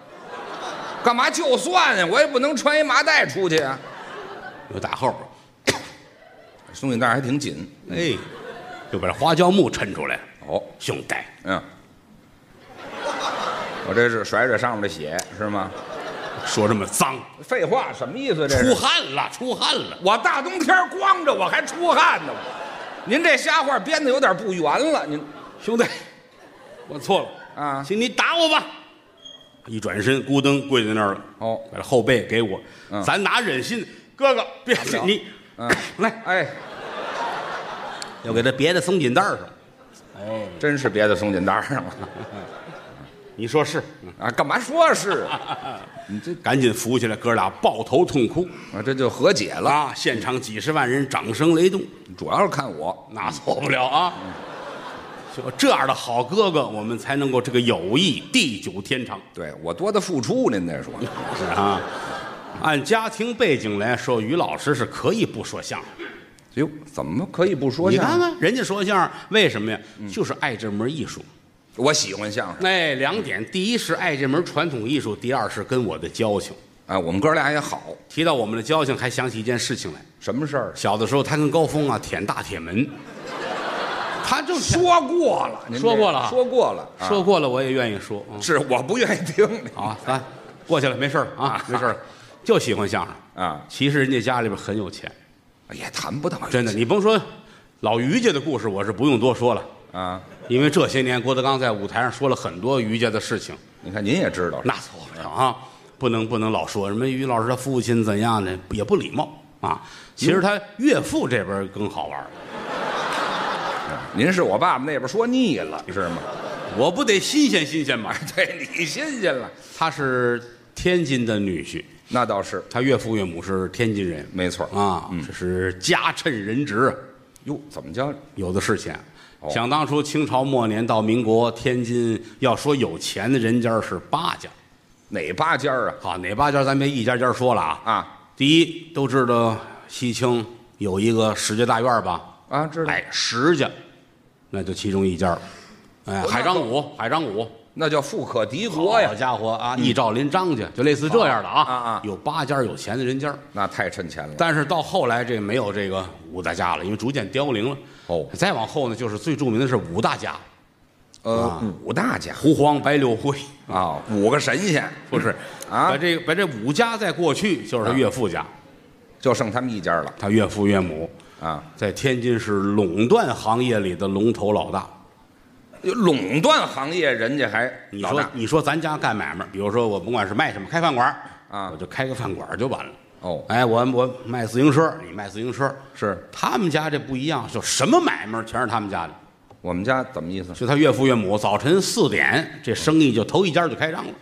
[SPEAKER 3] 干嘛就算呀？我也不能穿一麻袋出去啊。
[SPEAKER 2] 有打后边，
[SPEAKER 3] 松紧带还挺紧。
[SPEAKER 2] 哎，就把这花椒木抻出来了。
[SPEAKER 3] 哦，
[SPEAKER 2] 兄弟，
[SPEAKER 3] 嗯，我这是甩甩上面的血是吗？
[SPEAKER 2] 说这么脏，
[SPEAKER 3] 废话，什么意思？这
[SPEAKER 2] 出
[SPEAKER 3] 是
[SPEAKER 2] 汗了，出汗了。
[SPEAKER 3] 我大冬天光着我还出汗呢。您这瞎话编的有点不圆了。您
[SPEAKER 2] 兄弟，我错了
[SPEAKER 3] 啊
[SPEAKER 2] 请你打我吧。一转身，咕噔跪在那儿了。
[SPEAKER 3] 哦
[SPEAKER 2] 把这后背给我，
[SPEAKER 3] 嗯
[SPEAKER 2] 咱哪忍心？哥哥，别
[SPEAKER 3] 不了
[SPEAKER 2] 你，
[SPEAKER 3] 嗯
[SPEAKER 2] 来，
[SPEAKER 3] 哎，
[SPEAKER 2] 要给他别在松紧带儿上。
[SPEAKER 3] 真是别的松紧带上了
[SPEAKER 2] 你说是？
[SPEAKER 3] 啊！干嘛说是啊？
[SPEAKER 2] 你这赶紧扶起来，哥俩抱头痛哭
[SPEAKER 3] 啊这就和解了，
[SPEAKER 2] 啊！现场几十万人掌声雷动，
[SPEAKER 3] 主要是看我。
[SPEAKER 2] 那错不了啊！
[SPEAKER 3] 嗯
[SPEAKER 2] 就这样的好哥哥，我们才能够这个友谊地久天长。
[SPEAKER 3] 对我多的付出，您再说。哎
[SPEAKER 2] 是啊，按家庭背景来说，于老师是可以不说相声。
[SPEAKER 3] 哟，怎么可以不说
[SPEAKER 2] 你
[SPEAKER 3] 相
[SPEAKER 2] 看
[SPEAKER 3] 声？
[SPEAKER 2] 看人家说相声，为什么呀？就是爱这门艺术。
[SPEAKER 3] 我喜欢相声。
[SPEAKER 2] 哎，两点：第一是爱这门传统艺术，第二是跟我的交情。
[SPEAKER 3] 哎，我们哥俩也好，
[SPEAKER 2] 提到我们的交情，还想起一件事情来。
[SPEAKER 3] 什么事儿？
[SPEAKER 2] 小的时候，他跟高峰啊舔大铁门，他就舔
[SPEAKER 3] 说过了，您这
[SPEAKER 2] 说过了哈
[SPEAKER 3] 说过了，啊
[SPEAKER 2] 说过了，我也愿意说。嗯
[SPEAKER 3] 是我不愿意听
[SPEAKER 2] 好啊，咱过去了，没事儿啊，没事 (laughs) 儿，就喜欢相声。
[SPEAKER 3] 啊，
[SPEAKER 2] 其实人家家里边很有钱，
[SPEAKER 3] (laughs) 也谈不到
[SPEAKER 2] 真的。你甭说老于家的故事，我是不用多说了，
[SPEAKER 3] 啊。
[SPEAKER 2] 因为这些年郭德纲在舞台上说了很多于家的事情，
[SPEAKER 3] 你看您也知道，
[SPEAKER 2] 那错不了啊，不能不能老说什么于老师他父亲怎样的，也不礼貌啊。其实他岳父这边更好玩儿，
[SPEAKER 3] 您是我爸爸那边说腻了是吗？
[SPEAKER 2] (laughs) 我不得新鲜新鲜吗？
[SPEAKER 3] 对你新鲜了，
[SPEAKER 2] 他是天津的女婿，
[SPEAKER 3] 那倒是
[SPEAKER 2] 他岳父岳母是天津人，
[SPEAKER 3] 没错儿嗯
[SPEAKER 2] 啊，这是家趁人直，啊
[SPEAKER 3] 哟，怎么叫
[SPEAKER 2] 有的是钱。
[SPEAKER 3] 哦
[SPEAKER 2] 想当初，清朝末年到民国，天津要说有钱的人家是八家，
[SPEAKER 3] 哪八家儿啊？
[SPEAKER 2] 好哪八家咱别一家家说了啊。
[SPEAKER 3] 啊
[SPEAKER 2] 第一都知道西青有一个石家大院吧？
[SPEAKER 3] 啊，知道，
[SPEAKER 2] 哎，石家，那就其中一家儿。哎，海张武，海张武，
[SPEAKER 3] 那叫富可敌国
[SPEAKER 2] 好
[SPEAKER 3] 呀，嗯
[SPEAKER 2] 家伙啊！易兆林、张家，就类似这样的啊
[SPEAKER 3] 啊啊
[SPEAKER 2] 有八家有钱的人家儿。
[SPEAKER 3] 那太趁钱了。
[SPEAKER 2] 但是到后来这没有这个五大家了，因为逐渐凋零了。
[SPEAKER 3] 哦
[SPEAKER 2] 再往后呢，就是最著名的是五大家：啊
[SPEAKER 3] 呃，五大家
[SPEAKER 2] 胡黄、白柳灰，
[SPEAKER 3] 啊，五个神仙
[SPEAKER 2] 不是
[SPEAKER 3] 啊
[SPEAKER 2] 把这个把这五家在过去就是他岳父家，
[SPEAKER 3] 就剩他们一家了
[SPEAKER 2] 他岳父岳母
[SPEAKER 3] 啊，
[SPEAKER 2] 在天津是垄断行业里的龙头老大。
[SPEAKER 3] 垄断行业人家还
[SPEAKER 2] 你
[SPEAKER 3] 老
[SPEAKER 2] 说
[SPEAKER 3] 大
[SPEAKER 2] 你说咱家干买卖，比如说我甭管是卖什么，开饭馆儿
[SPEAKER 3] 啊
[SPEAKER 2] 我就开个饭馆儿就完了。
[SPEAKER 3] 哦
[SPEAKER 2] 哎，我我卖自行车，你卖自行车，
[SPEAKER 3] 是
[SPEAKER 2] 他们家这不一样，就什么买卖全是他们家的。
[SPEAKER 3] 我们家怎么意思？
[SPEAKER 2] 就他岳父岳母，早晨四点，这生意就头一家就开张了。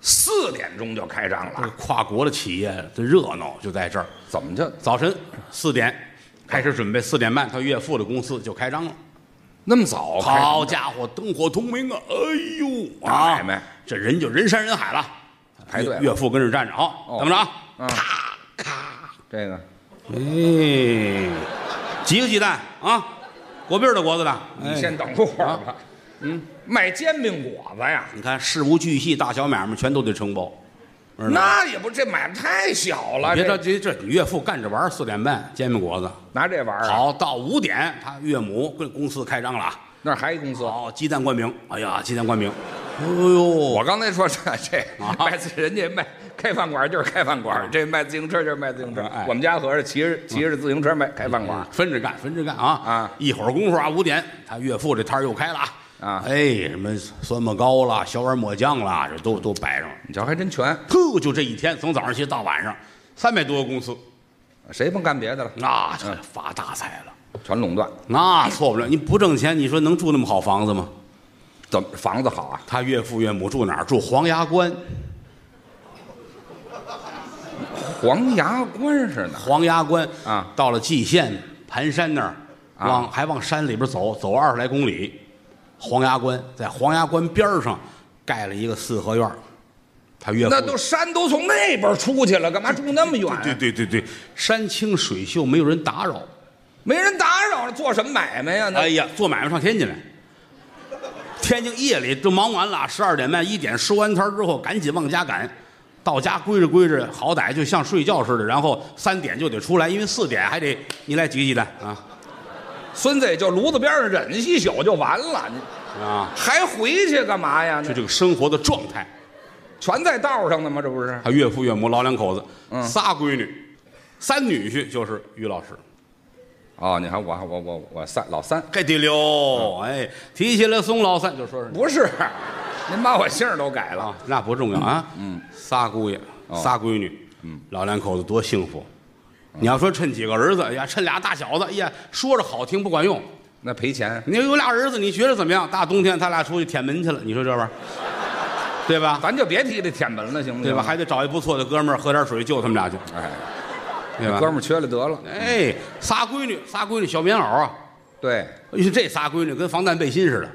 [SPEAKER 3] 四点钟就开张
[SPEAKER 2] 这
[SPEAKER 3] 了，
[SPEAKER 2] 个跨国的企业，这热闹就在这儿。
[SPEAKER 3] 怎么叫？
[SPEAKER 2] 早晨四点开始准备，四点半他岳父的公司就开张了。
[SPEAKER 3] 那么早哦开？
[SPEAKER 2] 好家伙，灯火通明啊！哎呦
[SPEAKER 3] 大
[SPEAKER 2] 啊，
[SPEAKER 3] 买卖
[SPEAKER 2] 这人就人山人海了，
[SPEAKER 3] 排队了
[SPEAKER 2] 岳岳父跟这儿站着，好，
[SPEAKER 3] 哦
[SPEAKER 2] 怎么着啊？
[SPEAKER 3] 这个
[SPEAKER 2] 哎，几个鸡蛋啊？果篦儿的果子的，
[SPEAKER 3] 你先等会儿
[SPEAKER 2] 啊
[SPEAKER 3] 吧。嗯，卖煎饼果子呀，
[SPEAKER 2] 你看事无巨细，大小买卖全都得承包，知道吗
[SPEAKER 3] 那也不这买卖太小了。
[SPEAKER 2] 别着
[SPEAKER 3] 这
[SPEAKER 2] 急，这啊你岳父干着玩儿，四点半煎饼果子，
[SPEAKER 3] 拿这玩意儿啊，
[SPEAKER 2] 好到五点，他岳母跟公司开张了啊，
[SPEAKER 3] 那儿还一公司。
[SPEAKER 2] 好鸡蛋灌饼，哎呀，鸡蛋灌饼，哎呦，
[SPEAKER 3] 我刚才说这这
[SPEAKER 2] 啊
[SPEAKER 3] 卖自人家卖开饭馆就是开饭馆，这卖自行车就是卖自行车
[SPEAKER 2] 哎。
[SPEAKER 3] 我们家合着骑着骑着自行车卖开饭馆，
[SPEAKER 2] 嗯分着干，分着干啊
[SPEAKER 3] 啊
[SPEAKER 2] 一会儿功夫啊，五点，他岳父这摊儿又开了啊
[SPEAKER 3] 啊
[SPEAKER 2] 哎，什么酸沫糕啦、小碗抹酱啦，这都都摆上了。
[SPEAKER 3] 你瞧还真全，
[SPEAKER 2] 呵，就这一天，从早上起到晚上，三百多个公司，
[SPEAKER 3] 谁甭干别的了，
[SPEAKER 2] 那这发大财了，
[SPEAKER 3] 全垄断。
[SPEAKER 2] 那错不了。你不挣钱，你说能住那么好房子吗？
[SPEAKER 3] 怎么房子好啊？
[SPEAKER 2] 他岳父岳母住哪儿？住黄崖
[SPEAKER 3] (laughs)
[SPEAKER 2] 关。
[SPEAKER 3] 黄崖关是哪儿？
[SPEAKER 2] 黄崖关
[SPEAKER 3] 啊
[SPEAKER 2] 到了蓟县盘山那儿，
[SPEAKER 3] 啊
[SPEAKER 2] 往还往山里边走，走二十来公里，黄崖关在黄崖关边儿上盖了一个四合院儿他岳父
[SPEAKER 3] 那都山都从那边出去了，干嘛住那么远？啊
[SPEAKER 2] 对对对对，山清水秀，没有人打扰。
[SPEAKER 3] 没人打扰了，做什么买卖呀？那
[SPEAKER 2] (laughs) 哎呀，做买卖上天津来。天津夜里都忙完了，十二点半一点收完摊儿之后，赶紧往家赶。到家归着归着，好歹就像睡觉似的，然后三点就得出来，因为四点还得你来几个鸡蛋啊
[SPEAKER 3] 孙子也就炉子边上忍一宿就完了，你
[SPEAKER 2] 啊！
[SPEAKER 3] 还回去干嘛呀？
[SPEAKER 2] 就
[SPEAKER 3] 那
[SPEAKER 2] 这个生活的状态，
[SPEAKER 3] 全在道上呢吗？这不是？
[SPEAKER 2] 他岳父岳母老两口子，仨闺女，三女婿就是于老师，
[SPEAKER 3] 哦，你看我我我我三老三
[SPEAKER 2] 这得溜。哎，提起来宋老三就说是你
[SPEAKER 3] 不是，您把我姓儿都改了
[SPEAKER 2] 啊，那不重要啊。嗯，仨姑爷，
[SPEAKER 3] 哦
[SPEAKER 2] 仨闺女，嗯，老两口子多幸福。
[SPEAKER 3] 嗯
[SPEAKER 2] 你要说趁几个儿子，哎呀，趁俩大小子，哎呀，说着好听不管用。
[SPEAKER 3] 那赔钱。
[SPEAKER 2] 你有俩儿子，你觉得怎么样？大冬天他俩出去舔门去了，你说这
[SPEAKER 3] (laughs)
[SPEAKER 2] 玩意儿，对吧？
[SPEAKER 3] 咱就别提这舔门了，行不行？
[SPEAKER 2] 对吧？还得找一不错的哥们儿喝点水救他们俩去，
[SPEAKER 3] 哎，
[SPEAKER 2] 对吧？
[SPEAKER 3] 哥们儿缺了得了。
[SPEAKER 2] 哎，仨闺女，仨闺女小棉袄啊，
[SPEAKER 3] 对，
[SPEAKER 2] 哎呦，这仨闺女跟防弹背心似的，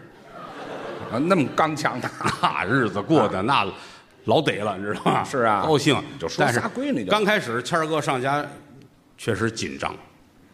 [SPEAKER 3] 啊那么刚强 (laughs) 的，
[SPEAKER 2] 那日子过得那老得了，你知道吗？
[SPEAKER 3] (laughs) 是啊
[SPEAKER 2] 高兴。
[SPEAKER 3] 就说
[SPEAKER 2] 但是
[SPEAKER 3] 仨闺女就
[SPEAKER 2] 刚开始，谦儿哥上
[SPEAKER 3] 啊
[SPEAKER 2] 家确实紧张，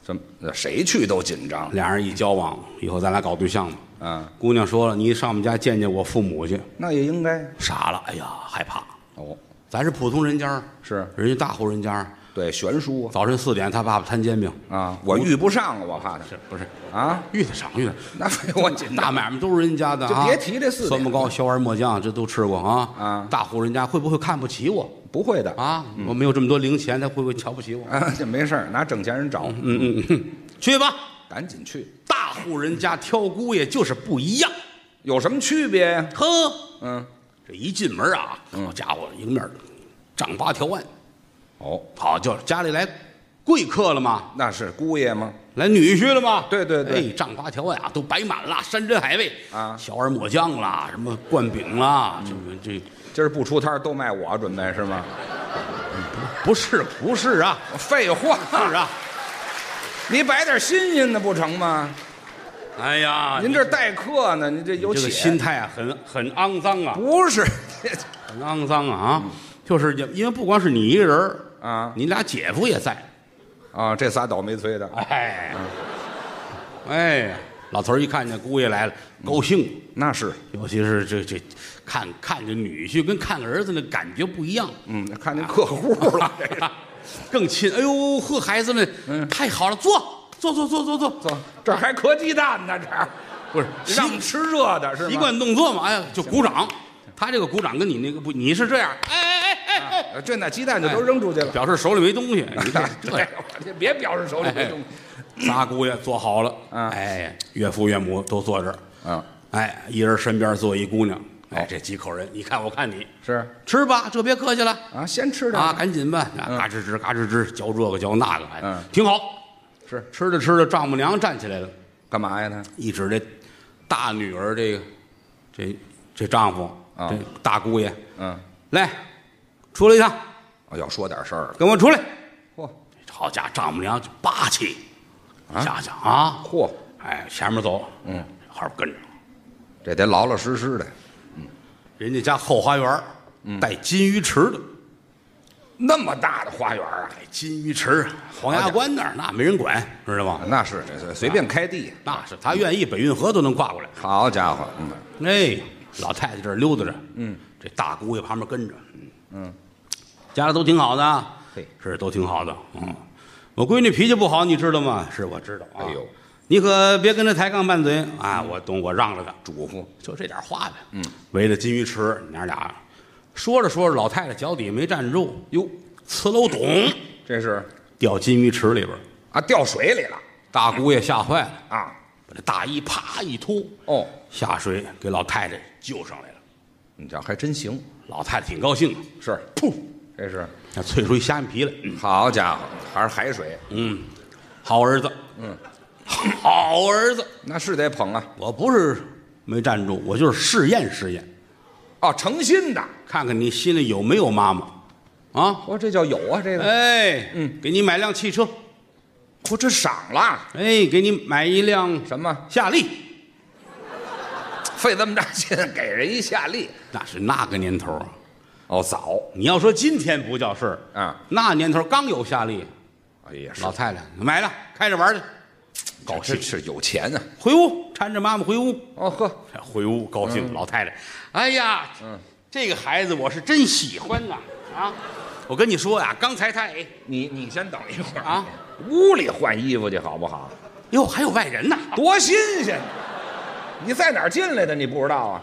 [SPEAKER 3] 什么谁去都紧张。
[SPEAKER 2] 俩人一交往以后，咱俩搞对象吧。
[SPEAKER 3] 嗯，
[SPEAKER 2] 姑娘说了，你上我们家见见我父母去，
[SPEAKER 3] 那也应该。
[SPEAKER 2] 傻了，哎呀，害怕。
[SPEAKER 3] 哦，
[SPEAKER 2] 咱是普通人家儿，
[SPEAKER 3] 是
[SPEAKER 2] 人家大户人家儿。
[SPEAKER 3] 对，悬殊
[SPEAKER 2] 早晨四点，他爸爸摊煎饼，
[SPEAKER 3] 啊啊！我遇不上啊，我怕他。
[SPEAKER 2] 是不是？
[SPEAKER 3] 啊， (laughs)
[SPEAKER 2] 遇得上，遇得上。
[SPEAKER 3] 那废我紧
[SPEAKER 2] 大
[SPEAKER 3] 张。
[SPEAKER 2] 买卖都是人家的
[SPEAKER 3] 就
[SPEAKER 2] 啊，
[SPEAKER 3] 别提这四点
[SPEAKER 2] 酸不糕、小碗抹酱，这都吃过啊。
[SPEAKER 3] 啊
[SPEAKER 2] 大户人家会不会看不起我
[SPEAKER 3] 不会的啊，
[SPEAKER 2] 啊？我没有这么多零钱，他会不会瞧不起我？
[SPEAKER 3] 这没事儿，拿挣钱人找，
[SPEAKER 2] 嗯嗯嗯，去吧。
[SPEAKER 3] 赶紧去。
[SPEAKER 2] 大户人家挑姑爷就是不一样。
[SPEAKER 3] 有什么区别呀？
[SPEAKER 2] 呵，
[SPEAKER 3] 嗯，
[SPEAKER 2] 这一进门啊，好家伙，迎面丈八条案。
[SPEAKER 3] 哦，
[SPEAKER 2] 好，就是家里来贵客了吗？
[SPEAKER 3] 那是姑爷吗？
[SPEAKER 2] 来女婿了吗？
[SPEAKER 3] 对对对
[SPEAKER 2] 哎，丈八条案啊，都摆满了，山珍海味
[SPEAKER 3] 啊
[SPEAKER 2] 小碗抹酱啦，什么灌饼啦，这个这
[SPEAKER 3] 今儿不出摊儿都卖我，准备是吗？
[SPEAKER 2] 不是不是啊，
[SPEAKER 3] 废话，
[SPEAKER 2] 是啊。
[SPEAKER 3] 你摆点新鲜的不成吗？
[SPEAKER 2] 哎呀，
[SPEAKER 3] 您
[SPEAKER 2] 你
[SPEAKER 3] 这待客呢，啊您这有
[SPEAKER 2] 这个
[SPEAKER 3] 血。
[SPEAKER 2] 心态啊很很肮脏啊，
[SPEAKER 3] 不是 (laughs)
[SPEAKER 2] 很肮脏啊啊！就是因为不光是你一个人儿
[SPEAKER 3] 嗯啊
[SPEAKER 2] 你俩姐夫也在。
[SPEAKER 3] 啊，这仨倒霉催的，
[SPEAKER 2] 哎，哎，老头儿一看见姑爷来了，高兴，
[SPEAKER 3] 那是，
[SPEAKER 2] 尤其是这这看看着女婿跟看儿子那感觉不一
[SPEAKER 3] (laughs)
[SPEAKER 2] 样。
[SPEAKER 3] 嗯，看见客户了， (laughs)
[SPEAKER 2] 更亲。哎呦，呵，孩子们，
[SPEAKER 3] 嗯
[SPEAKER 2] 太好了，坐，坐，坐，坐，坐，坐，
[SPEAKER 3] 走，这儿还磕鸡蛋呢，这儿
[SPEAKER 2] 不是习
[SPEAKER 3] 让我们吃热的是吗？
[SPEAKER 2] 习惯动作嘛？哎呀，就鼓掌。他这个鼓掌跟你那个不，你是这样，哎哎哎哎哎，
[SPEAKER 3] 呃，这那鸡蛋就都扔出去了。
[SPEAKER 2] 表示手里没东
[SPEAKER 3] (laughs)
[SPEAKER 2] 西。你这这
[SPEAKER 3] 对，这别表示手里没东西。
[SPEAKER 2] 样，仨姑爷坐好了，
[SPEAKER 3] 嗯
[SPEAKER 2] 哎，岳父岳母都坐这儿，
[SPEAKER 3] 嗯，
[SPEAKER 2] 哎，一人身边坐一姑娘，哎
[SPEAKER 3] 好，
[SPEAKER 2] 这几口人，你看我看你，
[SPEAKER 3] 是
[SPEAKER 2] 吃吧，这别客气了
[SPEAKER 3] 啊，先吃点
[SPEAKER 2] 啊，
[SPEAKER 3] 儿，
[SPEAKER 2] 赶紧吧，啊
[SPEAKER 3] 嗯
[SPEAKER 2] 嘎吱吱嘎吱吱，嚼这个嚼那个，哎
[SPEAKER 3] 嗯，
[SPEAKER 2] 挺好。
[SPEAKER 3] 是
[SPEAKER 2] 吃着吃着，丈母娘站起来了。
[SPEAKER 3] 干嘛呀？他
[SPEAKER 2] 一指这大女儿这个这这丈夫
[SPEAKER 3] 啊
[SPEAKER 2] 这大姑爷，
[SPEAKER 3] 嗯，
[SPEAKER 2] 来，出来一趟，
[SPEAKER 3] 哦要说点事儿了。
[SPEAKER 2] 跟我出来。
[SPEAKER 3] 嚯
[SPEAKER 2] 好家伙，丈母娘就霸气，
[SPEAKER 3] 啊
[SPEAKER 2] 想想啊，
[SPEAKER 3] 嚯，
[SPEAKER 2] 哎，前面走，
[SPEAKER 3] 嗯，
[SPEAKER 2] 好好跟着。
[SPEAKER 3] 这得老老实实的。嗯
[SPEAKER 2] 人家家后花园带金鱼池的，
[SPEAKER 3] 那么大的花园啊，
[SPEAKER 2] 哎金鱼池、黄崖关那儿那没人管，知道吗？
[SPEAKER 3] 那是这随便开地。
[SPEAKER 2] 那是他愿意，北运河都能跨过来。
[SPEAKER 3] 好家伙，嗯，
[SPEAKER 2] 哎，老太太这儿溜达着，嗯，这大姑爷旁边跟着，嗯，家里都挺好的啊，
[SPEAKER 3] 嘿
[SPEAKER 2] 是都挺好的，嗯，我闺女脾气不好，你知道吗？是我知道啊，
[SPEAKER 3] 哎呦，
[SPEAKER 2] 你可别跟她抬杠拌嘴啊，我懂，我让着她，
[SPEAKER 3] 嘱咐
[SPEAKER 2] 就这点话呗，嗯，围着金鱼池，娘俩说着说着，老太太脚底没站住，
[SPEAKER 3] 哟，
[SPEAKER 2] 呲溜咚
[SPEAKER 3] 这是
[SPEAKER 2] 掉金鱼池里边儿，
[SPEAKER 3] 啊，掉水里了
[SPEAKER 2] 大姑爷吓坏了，
[SPEAKER 3] 啊！
[SPEAKER 2] 把这大衣啪一脱，
[SPEAKER 3] 哦，
[SPEAKER 2] 下水给老太太救上来了，
[SPEAKER 3] 你这还真行，
[SPEAKER 2] 老太太挺高兴的，
[SPEAKER 3] 是，
[SPEAKER 2] 噗。
[SPEAKER 3] 这是
[SPEAKER 2] 那啐出一虾米皮来。
[SPEAKER 3] 好家伙，还是海水，
[SPEAKER 2] 嗯，好儿子，嗯，好儿子，
[SPEAKER 3] 那是得捧啊！
[SPEAKER 2] 我不是没站住，我就是试验试验，
[SPEAKER 3] 哦，诚心的，
[SPEAKER 2] 看看你心里有没有妈妈，啊，
[SPEAKER 3] 我这叫有啊，这个
[SPEAKER 2] 哎，嗯，给你买辆汽车，
[SPEAKER 3] 我这赏了
[SPEAKER 2] 哎，给你买一辆
[SPEAKER 3] 什么？
[SPEAKER 2] 夏利，
[SPEAKER 3] 费这么大劲给人一下力，
[SPEAKER 2] 那是那个年头啊。
[SPEAKER 3] 哦，早，
[SPEAKER 2] 你要说今天不叫事儿，
[SPEAKER 3] 啊，
[SPEAKER 2] 那年头刚有夏利，
[SPEAKER 3] 哎呀，
[SPEAKER 2] 老太太买了，开着玩去，
[SPEAKER 3] 高兴是有钱啊！
[SPEAKER 2] 回屋搀着妈妈回屋，
[SPEAKER 3] 哦呵，
[SPEAKER 2] 这 (laughs) 回屋高兴，老太太，哎呀，这个孩子我是真喜欢呐啊！我跟你说呀、刚才他哎，
[SPEAKER 3] 你你先等一会儿
[SPEAKER 2] 啊，
[SPEAKER 3] 屋里换衣服去好不好？
[SPEAKER 2] 哟，还有外人呢。
[SPEAKER 3] 多新鲜！你在哪儿进来的？你不知道啊？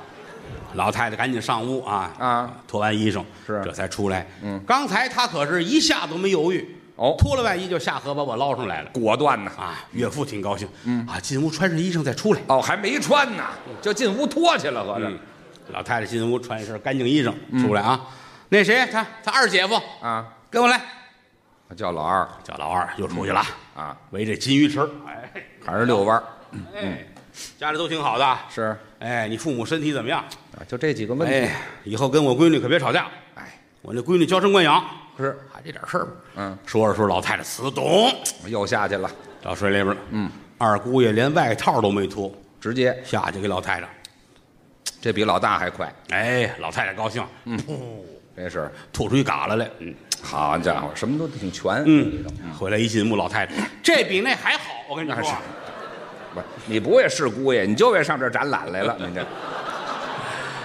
[SPEAKER 2] 老太太赶紧上屋啊
[SPEAKER 3] 啊，
[SPEAKER 2] 脱完衣裳
[SPEAKER 3] 是
[SPEAKER 2] 这才出来。嗯，刚才他可是一下都没犹豫，
[SPEAKER 3] 哦
[SPEAKER 2] 脱了外衣就下河把我捞上来了。
[SPEAKER 3] 果断呐！
[SPEAKER 2] 啊，岳父挺高兴，嗯啊，进屋穿上衣裳再出来。
[SPEAKER 3] 哦，还没穿呢，就进屋脱去了，合着、
[SPEAKER 2] 嗯，老太太进屋穿一身干净衣裳出来啊。那谁，他他二姐夫，
[SPEAKER 3] 啊，
[SPEAKER 2] 跟我来，
[SPEAKER 3] 叫老二
[SPEAKER 2] 叫老二又出去了，
[SPEAKER 3] 啊，
[SPEAKER 2] 围着金鱼池，哎。
[SPEAKER 3] 还是遛弯儿
[SPEAKER 2] 哎，家里都挺好的。
[SPEAKER 3] 是啊，
[SPEAKER 2] 哎，你父母身体怎么样？
[SPEAKER 3] 就这几个问题。
[SPEAKER 2] 哎，以后跟我闺女可别吵架。
[SPEAKER 3] 哎，
[SPEAKER 2] 我那闺女娇生惯养，
[SPEAKER 3] 是，
[SPEAKER 2] 还这点事儿吧。
[SPEAKER 3] 嗯，
[SPEAKER 2] 说着说着，老太太死懂，
[SPEAKER 3] 又下去了，
[SPEAKER 2] 到水里边了。嗯，二姑爷连外套都没脱，
[SPEAKER 3] 直接
[SPEAKER 2] 下去给老太太。
[SPEAKER 3] 这比老大还快，
[SPEAKER 2] 哎，老太太高兴，
[SPEAKER 3] 嗯这是
[SPEAKER 2] 吐出一嘎啦来。嗯
[SPEAKER 3] 好家伙，什么都挺全。
[SPEAKER 2] 嗯，回来一进屋，老太太这比那还好，我跟你
[SPEAKER 3] 那
[SPEAKER 2] 说啊
[SPEAKER 3] 是。不是，你不会是姑爷，你就为上这儿展览来了，你
[SPEAKER 2] (laughs)
[SPEAKER 3] 这，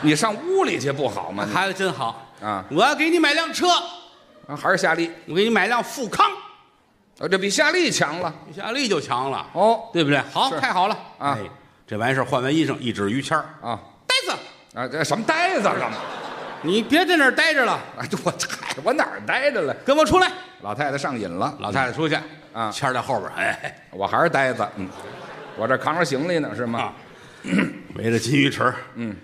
[SPEAKER 3] 你上屋里去不好吗？
[SPEAKER 2] 孩子真好
[SPEAKER 3] 嗯啊！
[SPEAKER 2] 我要给你买辆车，
[SPEAKER 3] 啊还是夏利，
[SPEAKER 2] 我给你买辆富康，
[SPEAKER 3] 啊，这比夏利强了。
[SPEAKER 2] 夏利就强了。
[SPEAKER 3] 哦，
[SPEAKER 2] 对不对？好，
[SPEAKER 3] 是
[SPEAKER 2] 太好了
[SPEAKER 3] 啊
[SPEAKER 2] 哎这完事儿换完衣裳，一指于谦儿，
[SPEAKER 3] 啊
[SPEAKER 2] 呆子，
[SPEAKER 3] 啊，这什么呆子干嘛？
[SPEAKER 2] 你别在那儿待着了，
[SPEAKER 3] 啊，这我嗨， (laughs) 我哪儿呆着了？
[SPEAKER 2] 跟我出来。嗯
[SPEAKER 3] 老太太上瘾了，
[SPEAKER 2] 老太太出去，
[SPEAKER 3] 啊
[SPEAKER 2] 谦儿在后边儿，哎，
[SPEAKER 3] 我还是呆子。嗯，我这扛着行李呢，是吗？
[SPEAKER 2] 啊围着金鱼池，嗯，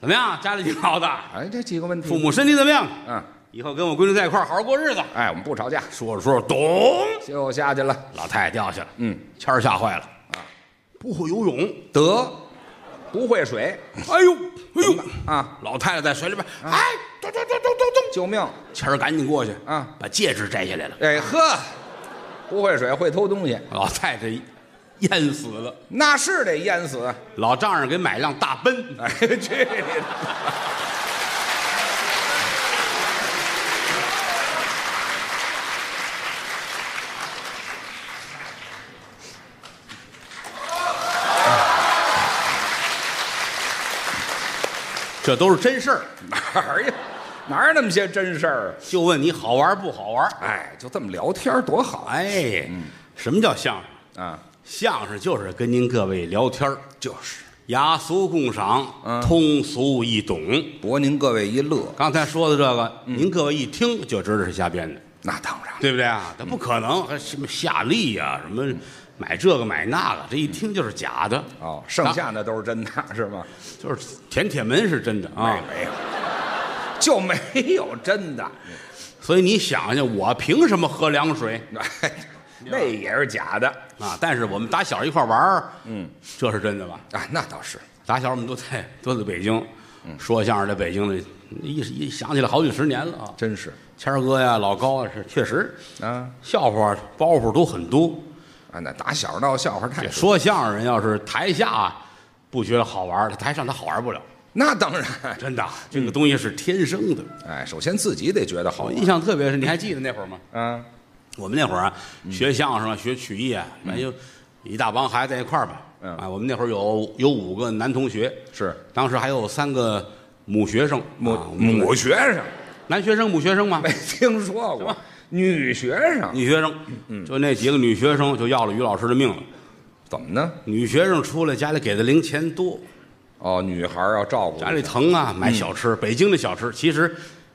[SPEAKER 2] 怎么样？家里挺好的，
[SPEAKER 3] 哎，这几个问题，
[SPEAKER 2] 父母身体怎么样？
[SPEAKER 3] 嗯，
[SPEAKER 2] 以后跟我闺女在一块儿好好过日子。
[SPEAKER 3] 哎，我们不吵架，
[SPEAKER 2] 说着说着，咚，
[SPEAKER 3] 就下去了。
[SPEAKER 2] 老太太掉下来，
[SPEAKER 3] 嗯，
[SPEAKER 2] 谦儿吓坏了，啊，不会游泳，
[SPEAKER 3] 得，不会水
[SPEAKER 2] 哎呦，哎呦，
[SPEAKER 3] 啊，
[SPEAKER 2] 老太太在水里边，哎，咚咚咚咚咚咚，
[SPEAKER 3] 救命！
[SPEAKER 2] 谦儿赶紧过去，
[SPEAKER 3] 啊，
[SPEAKER 2] 把戒指摘下来了，
[SPEAKER 3] 哎呵，不会水会偷东西，
[SPEAKER 2] 老太太淹死了。
[SPEAKER 3] 那是得淹死。
[SPEAKER 2] 老丈人给买辆大奔，
[SPEAKER 3] 哎，去你的！
[SPEAKER 2] 这都是真事儿。
[SPEAKER 3] 哪儿呀？哪儿那么些真事儿啊？
[SPEAKER 2] 就问你好玩不好玩？
[SPEAKER 3] 哎，就这么聊天儿多好
[SPEAKER 2] 哎，
[SPEAKER 3] 嗯
[SPEAKER 2] 什么叫相声？
[SPEAKER 3] 啊！
[SPEAKER 2] 相声就是跟您各位聊天儿
[SPEAKER 3] 就是
[SPEAKER 2] 雅俗共赏，
[SPEAKER 3] 嗯
[SPEAKER 2] 通俗易懂。
[SPEAKER 3] 博您各位一乐，
[SPEAKER 2] 刚才说的这个，
[SPEAKER 3] 嗯
[SPEAKER 2] 您各位一听就知道是瞎编的，
[SPEAKER 3] 那当然
[SPEAKER 2] 对不对啊？
[SPEAKER 3] 嗯
[SPEAKER 2] 他不可能，还什么夏利呀，什么买这个买那个，这一听就是假的。
[SPEAKER 3] 嗯哦，剩下的都是真的，是吗？
[SPEAKER 2] 就是舔铁门是真的啊。
[SPEAKER 3] 没有，就没有真的，
[SPEAKER 2] 所以你想想，我凭什么喝凉水？
[SPEAKER 3] 哎 (laughs) 那也是假的
[SPEAKER 2] 啊，但是我们打小一块玩儿，嗯，这是真的吧？
[SPEAKER 3] 啊，那倒是
[SPEAKER 2] 打小我们都在都在北京，
[SPEAKER 3] 嗯
[SPEAKER 2] 说相声在北京的，一一想起来好几十年了啊。
[SPEAKER 3] 真是
[SPEAKER 2] 谦儿哥呀，老高啊，是确实，
[SPEAKER 3] 啊
[SPEAKER 2] 笑话包袱都很多。
[SPEAKER 3] 啊，那打小闹笑话太
[SPEAKER 2] 这说相声人要是台下不觉得好玩儿，他台上他好玩不了。
[SPEAKER 3] 那当 (laughs) 然，
[SPEAKER 2] 真的，啊这个东西是天生的。
[SPEAKER 3] 哎，首先自己得觉得好
[SPEAKER 2] 我印象特别深，你还记得那会儿吗？
[SPEAKER 3] 啊。
[SPEAKER 2] 我们那会儿啊，
[SPEAKER 3] 嗯
[SPEAKER 2] 学相声啊，学曲艺啊，反正就一大帮孩子在一块儿吧。
[SPEAKER 3] 嗯
[SPEAKER 2] 啊，我们那会儿有有五个男同学，
[SPEAKER 3] 是
[SPEAKER 2] 当时还有三个母学生，
[SPEAKER 3] 母
[SPEAKER 2] 啊我们
[SPEAKER 3] 母学 (laughs) 哎生
[SPEAKER 2] 男学生母学生嘛
[SPEAKER 3] 没，听说过，女学生
[SPEAKER 2] 女学生，
[SPEAKER 3] 嗯
[SPEAKER 2] 就那几个女学生就要了于老师的命了。
[SPEAKER 3] 怎么呢？
[SPEAKER 2] 女学生出来，家里给的零钱多，
[SPEAKER 3] 哦，女孩儿要照顾
[SPEAKER 2] 家里疼啊，
[SPEAKER 3] 嗯
[SPEAKER 2] 买小吃，北京的小吃，其实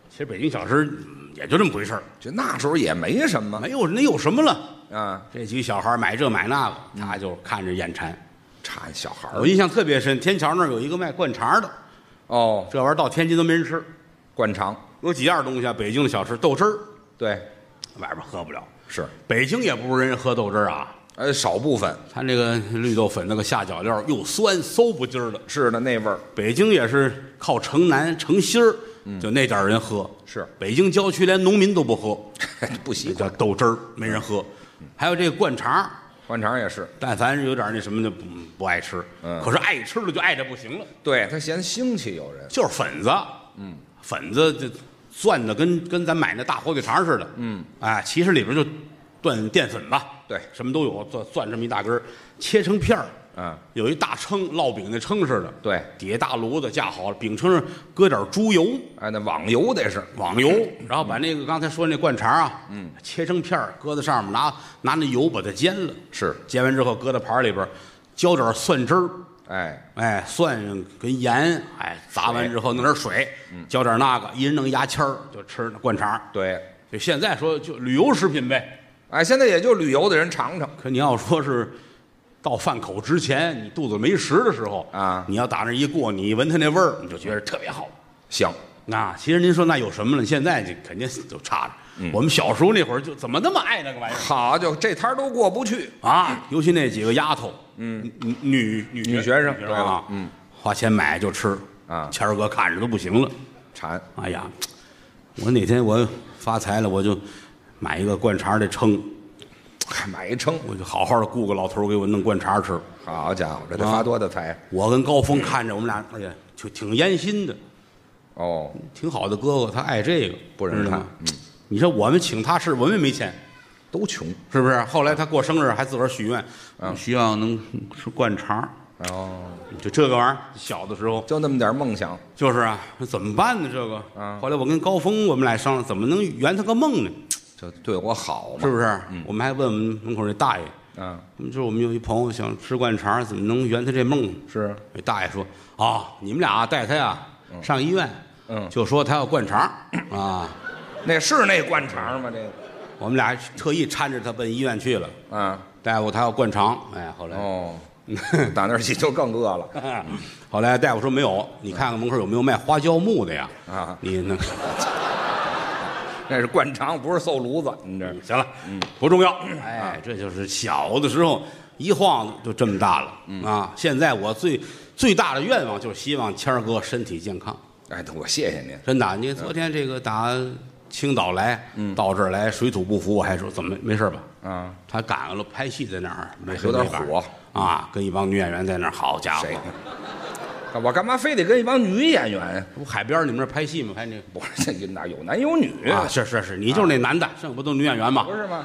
[SPEAKER 2] 其实北京小吃嗯也就这么回事儿，
[SPEAKER 3] 就那时候也没什么
[SPEAKER 2] 没有那有什么了。
[SPEAKER 3] 啊，
[SPEAKER 2] 这几个小孩买这买那个，
[SPEAKER 3] 嗯
[SPEAKER 2] 他就看着眼馋。
[SPEAKER 3] 差小孩
[SPEAKER 2] 我
[SPEAKER 3] 儿
[SPEAKER 2] 印象特别深，天桥那儿有一个卖灌肠的，
[SPEAKER 3] 哦，
[SPEAKER 2] 这玩意儿到天津都没人吃。
[SPEAKER 3] 灌肠
[SPEAKER 2] 有几样东西啊，北京的小吃，豆汁儿，
[SPEAKER 3] 对
[SPEAKER 2] 外边喝不了。
[SPEAKER 3] 是，
[SPEAKER 2] 北京也不如人家喝豆汁儿啊，
[SPEAKER 3] 呃，少部分
[SPEAKER 2] 它那个绿豆粉那个下脚料又酸馊不筋儿的。
[SPEAKER 3] 是的那味儿 (laughs)
[SPEAKER 2] 北京也是靠城南城心儿，就那点儿人喝。
[SPEAKER 3] 嗯是
[SPEAKER 2] 北京郊区连农民都不喝，这
[SPEAKER 3] 不习
[SPEAKER 2] 叫
[SPEAKER 3] 惯，
[SPEAKER 2] 豆汁儿，没人喝。
[SPEAKER 3] 嗯
[SPEAKER 2] 还有这个灌肠儿，
[SPEAKER 3] 灌肠也是，
[SPEAKER 2] 但凡是有点那什么的不不爱吃，
[SPEAKER 3] 嗯
[SPEAKER 2] 可是爱吃的就爱的不行了，
[SPEAKER 3] 对他嫌腥气有人
[SPEAKER 2] 就是粉子，嗯，粉子就攥的跟跟咱买那大火腿肠似的，嗯，哎，其实里边就断淀粉吧，
[SPEAKER 3] 对
[SPEAKER 2] 什么都有，攥攥这么一大根儿，切成片儿，
[SPEAKER 3] 啊，
[SPEAKER 2] 有一大称烙饼那称似的，
[SPEAKER 3] 对
[SPEAKER 2] 底下大炉子架好了，饼铛上搁点猪油、
[SPEAKER 3] 哎，那网游得是
[SPEAKER 2] 网油，然后把那个刚才说那灌肠啊，嗯，切成片儿，搁在上面，拿拿那油把它煎了，
[SPEAKER 3] 是，
[SPEAKER 2] 煎完之后搁到盘儿里边儿，浇点儿蒜汁儿，
[SPEAKER 3] 哎，
[SPEAKER 2] 哎，蒜跟盐，哎，砸完之后弄点水，嗯浇点那个，一人弄牙签儿就吃那灌肠。
[SPEAKER 3] 对，
[SPEAKER 2] 就现在说就旅游食品呗，
[SPEAKER 3] 哎，现在也就旅游的人尝尝，
[SPEAKER 2] 可你要说是到饭口之前，你肚子没食的时候
[SPEAKER 3] 啊
[SPEAKER 2] 你要打那一过，你一闻它那味儿，你就觉得特别好。
[SPEAKER 3] 香，
[SPEAKER 2] 啊，其实您说那有什么了？现在这肯定就差着。
[SPEAKER 3] 嗯
[SPEAKER 2] 我们小时候那会儿就怎么那么爱那个玩意儿
[SPEAKER 3] 好，就这摊儿都过不去，
[SPEAKER 2] 啊？尤其那几个丫头，嗯，女女
[SPEAKER 3] 嗯女学生对
[SPEAKER 2] 啊
[SPEAKER 3] 了，嗯，
[SPEAKER 2] 花钱买就吃
[SPEAKER 3] 啊
[SPEAKER 2] 谦儿哥看着都不行了。
[SPEAKER 3] 馋，
[SPEAKER 2] 哎呀，我哪天我发财了，我就买一个灌肠的撑，
[SPEAKER 3] 还买一称，
[SPEAKER 2] 我就好好的雇个老头儿给我弄灌肠吃。
[SPEAKER 3] 好家伙，这得发多大财啊
[SPEAKER 2] 我跟高峰看着我们俩，哎呀，就挺烟熏的，
[SPEAKER 3] 哦，
[SPEAKER 2] 挺好的哥哥，他爱这个，
[SPEAKER 3] 不忍
[SPEAKER 2] 知道
[SPEAKER 3] 看
[SPEAKER 2] 吗？你说我们请他吃，我们也没钱，
[SPEAKER 3] 都穷
[SPEAKER 2] 是不是？后来他过生日还自个儿许愿，希望能吃灌肠。
[SPEAKER 3] 哦，
[SPEAKER 2] 就这个玩意儿，小的时候
[SPEAKER 3] 就那么点梦想，
[SPEAKER 2] 就是啊，那怎么办呢？这个，
[SPEAKER 3] 嗯
[SPEAKER 2] 后来我跟高峰我们俩商量，怎么能圆他个梦呢？
[SPEAKER 3] 就对我好嘛，
[SPEAKER 2] 是不是？我们还问我们门口那大爷，
[SPEAKER 3] 嗯，
[SPEAKER 2] 就是我们有一朋友想吃灌肠，怎么能圆他这梦呢？
[SPEAKER 3] 是
[SPEAKER 2] 那大爷说：“啊，你们俩带他呀上医院，
[SPEAKER 3] 嗯
[SPEAKER 2] 就说他要灌肠啊。
[SPEAKER 3] 那是那灌肠吗？这个
[SPEAKER 2] 我们俩特意搀着他奔医院去了。
[SPEAKER 3] 啊，
[SPEAKER 2] 大夫他要灌肠，哎，后来、
[SPEAKER 3] 哦，打那儿起就更饿了，
[SPEAKER 2] (laughs) 后来大夫说没有，你看看门口有没有卖花椒木的呀？
[SPEAKER 3] 啊
[SPEAKER 2] 你那
[SPEAKER 3] 那是灌肠，不是瘦炉子，你这
[SPEAKER 2] (laughs) 行了，
[SPEAKER 3] 嗯
[SPEAKER 2] 不重要。
[SPEAKER 3] 啊
[SPEAKER 2] 哎，这就是小的时候一晃就这么大了、
[SPEAKER 3] 嗯
[SPEAKER 2] 啊。现在我最最大的愿望就是希望谦儿哥身体健康。”
[SPEAKER 3] 哎，我谢谢您，
[SPEAKER 2] 真的，啊你昨天这个打青岛来，
[SPEAKER 3] 嗯
[SPEAKER 2] 到这儿来水土不服，我还说怎么没事吧？
[SPEAKER 3] 啊，
[SPEAKER 2] 他赶了拍戏在那儿，没事
[SPEAKER 3] 有点
[SPEAKER 2] 没法
[SPEAKER 3] 火
[SPEAKER 2] 啊，跟一帮女演员在那儿，好家伙，
[SPEAKER 3] 谁？啊我干嘛非得跟一帮女演员？
[SPEAKER 2] 这不海边儿你们那儿拍戏吗？拍那个
[SPEAKER 3] 不是，这哪有男有女
[SPEAKER 2] 啊啊，是是是，你就是那男的，剩下不都女演员吗？
[SPEAKER 3] 不是吗？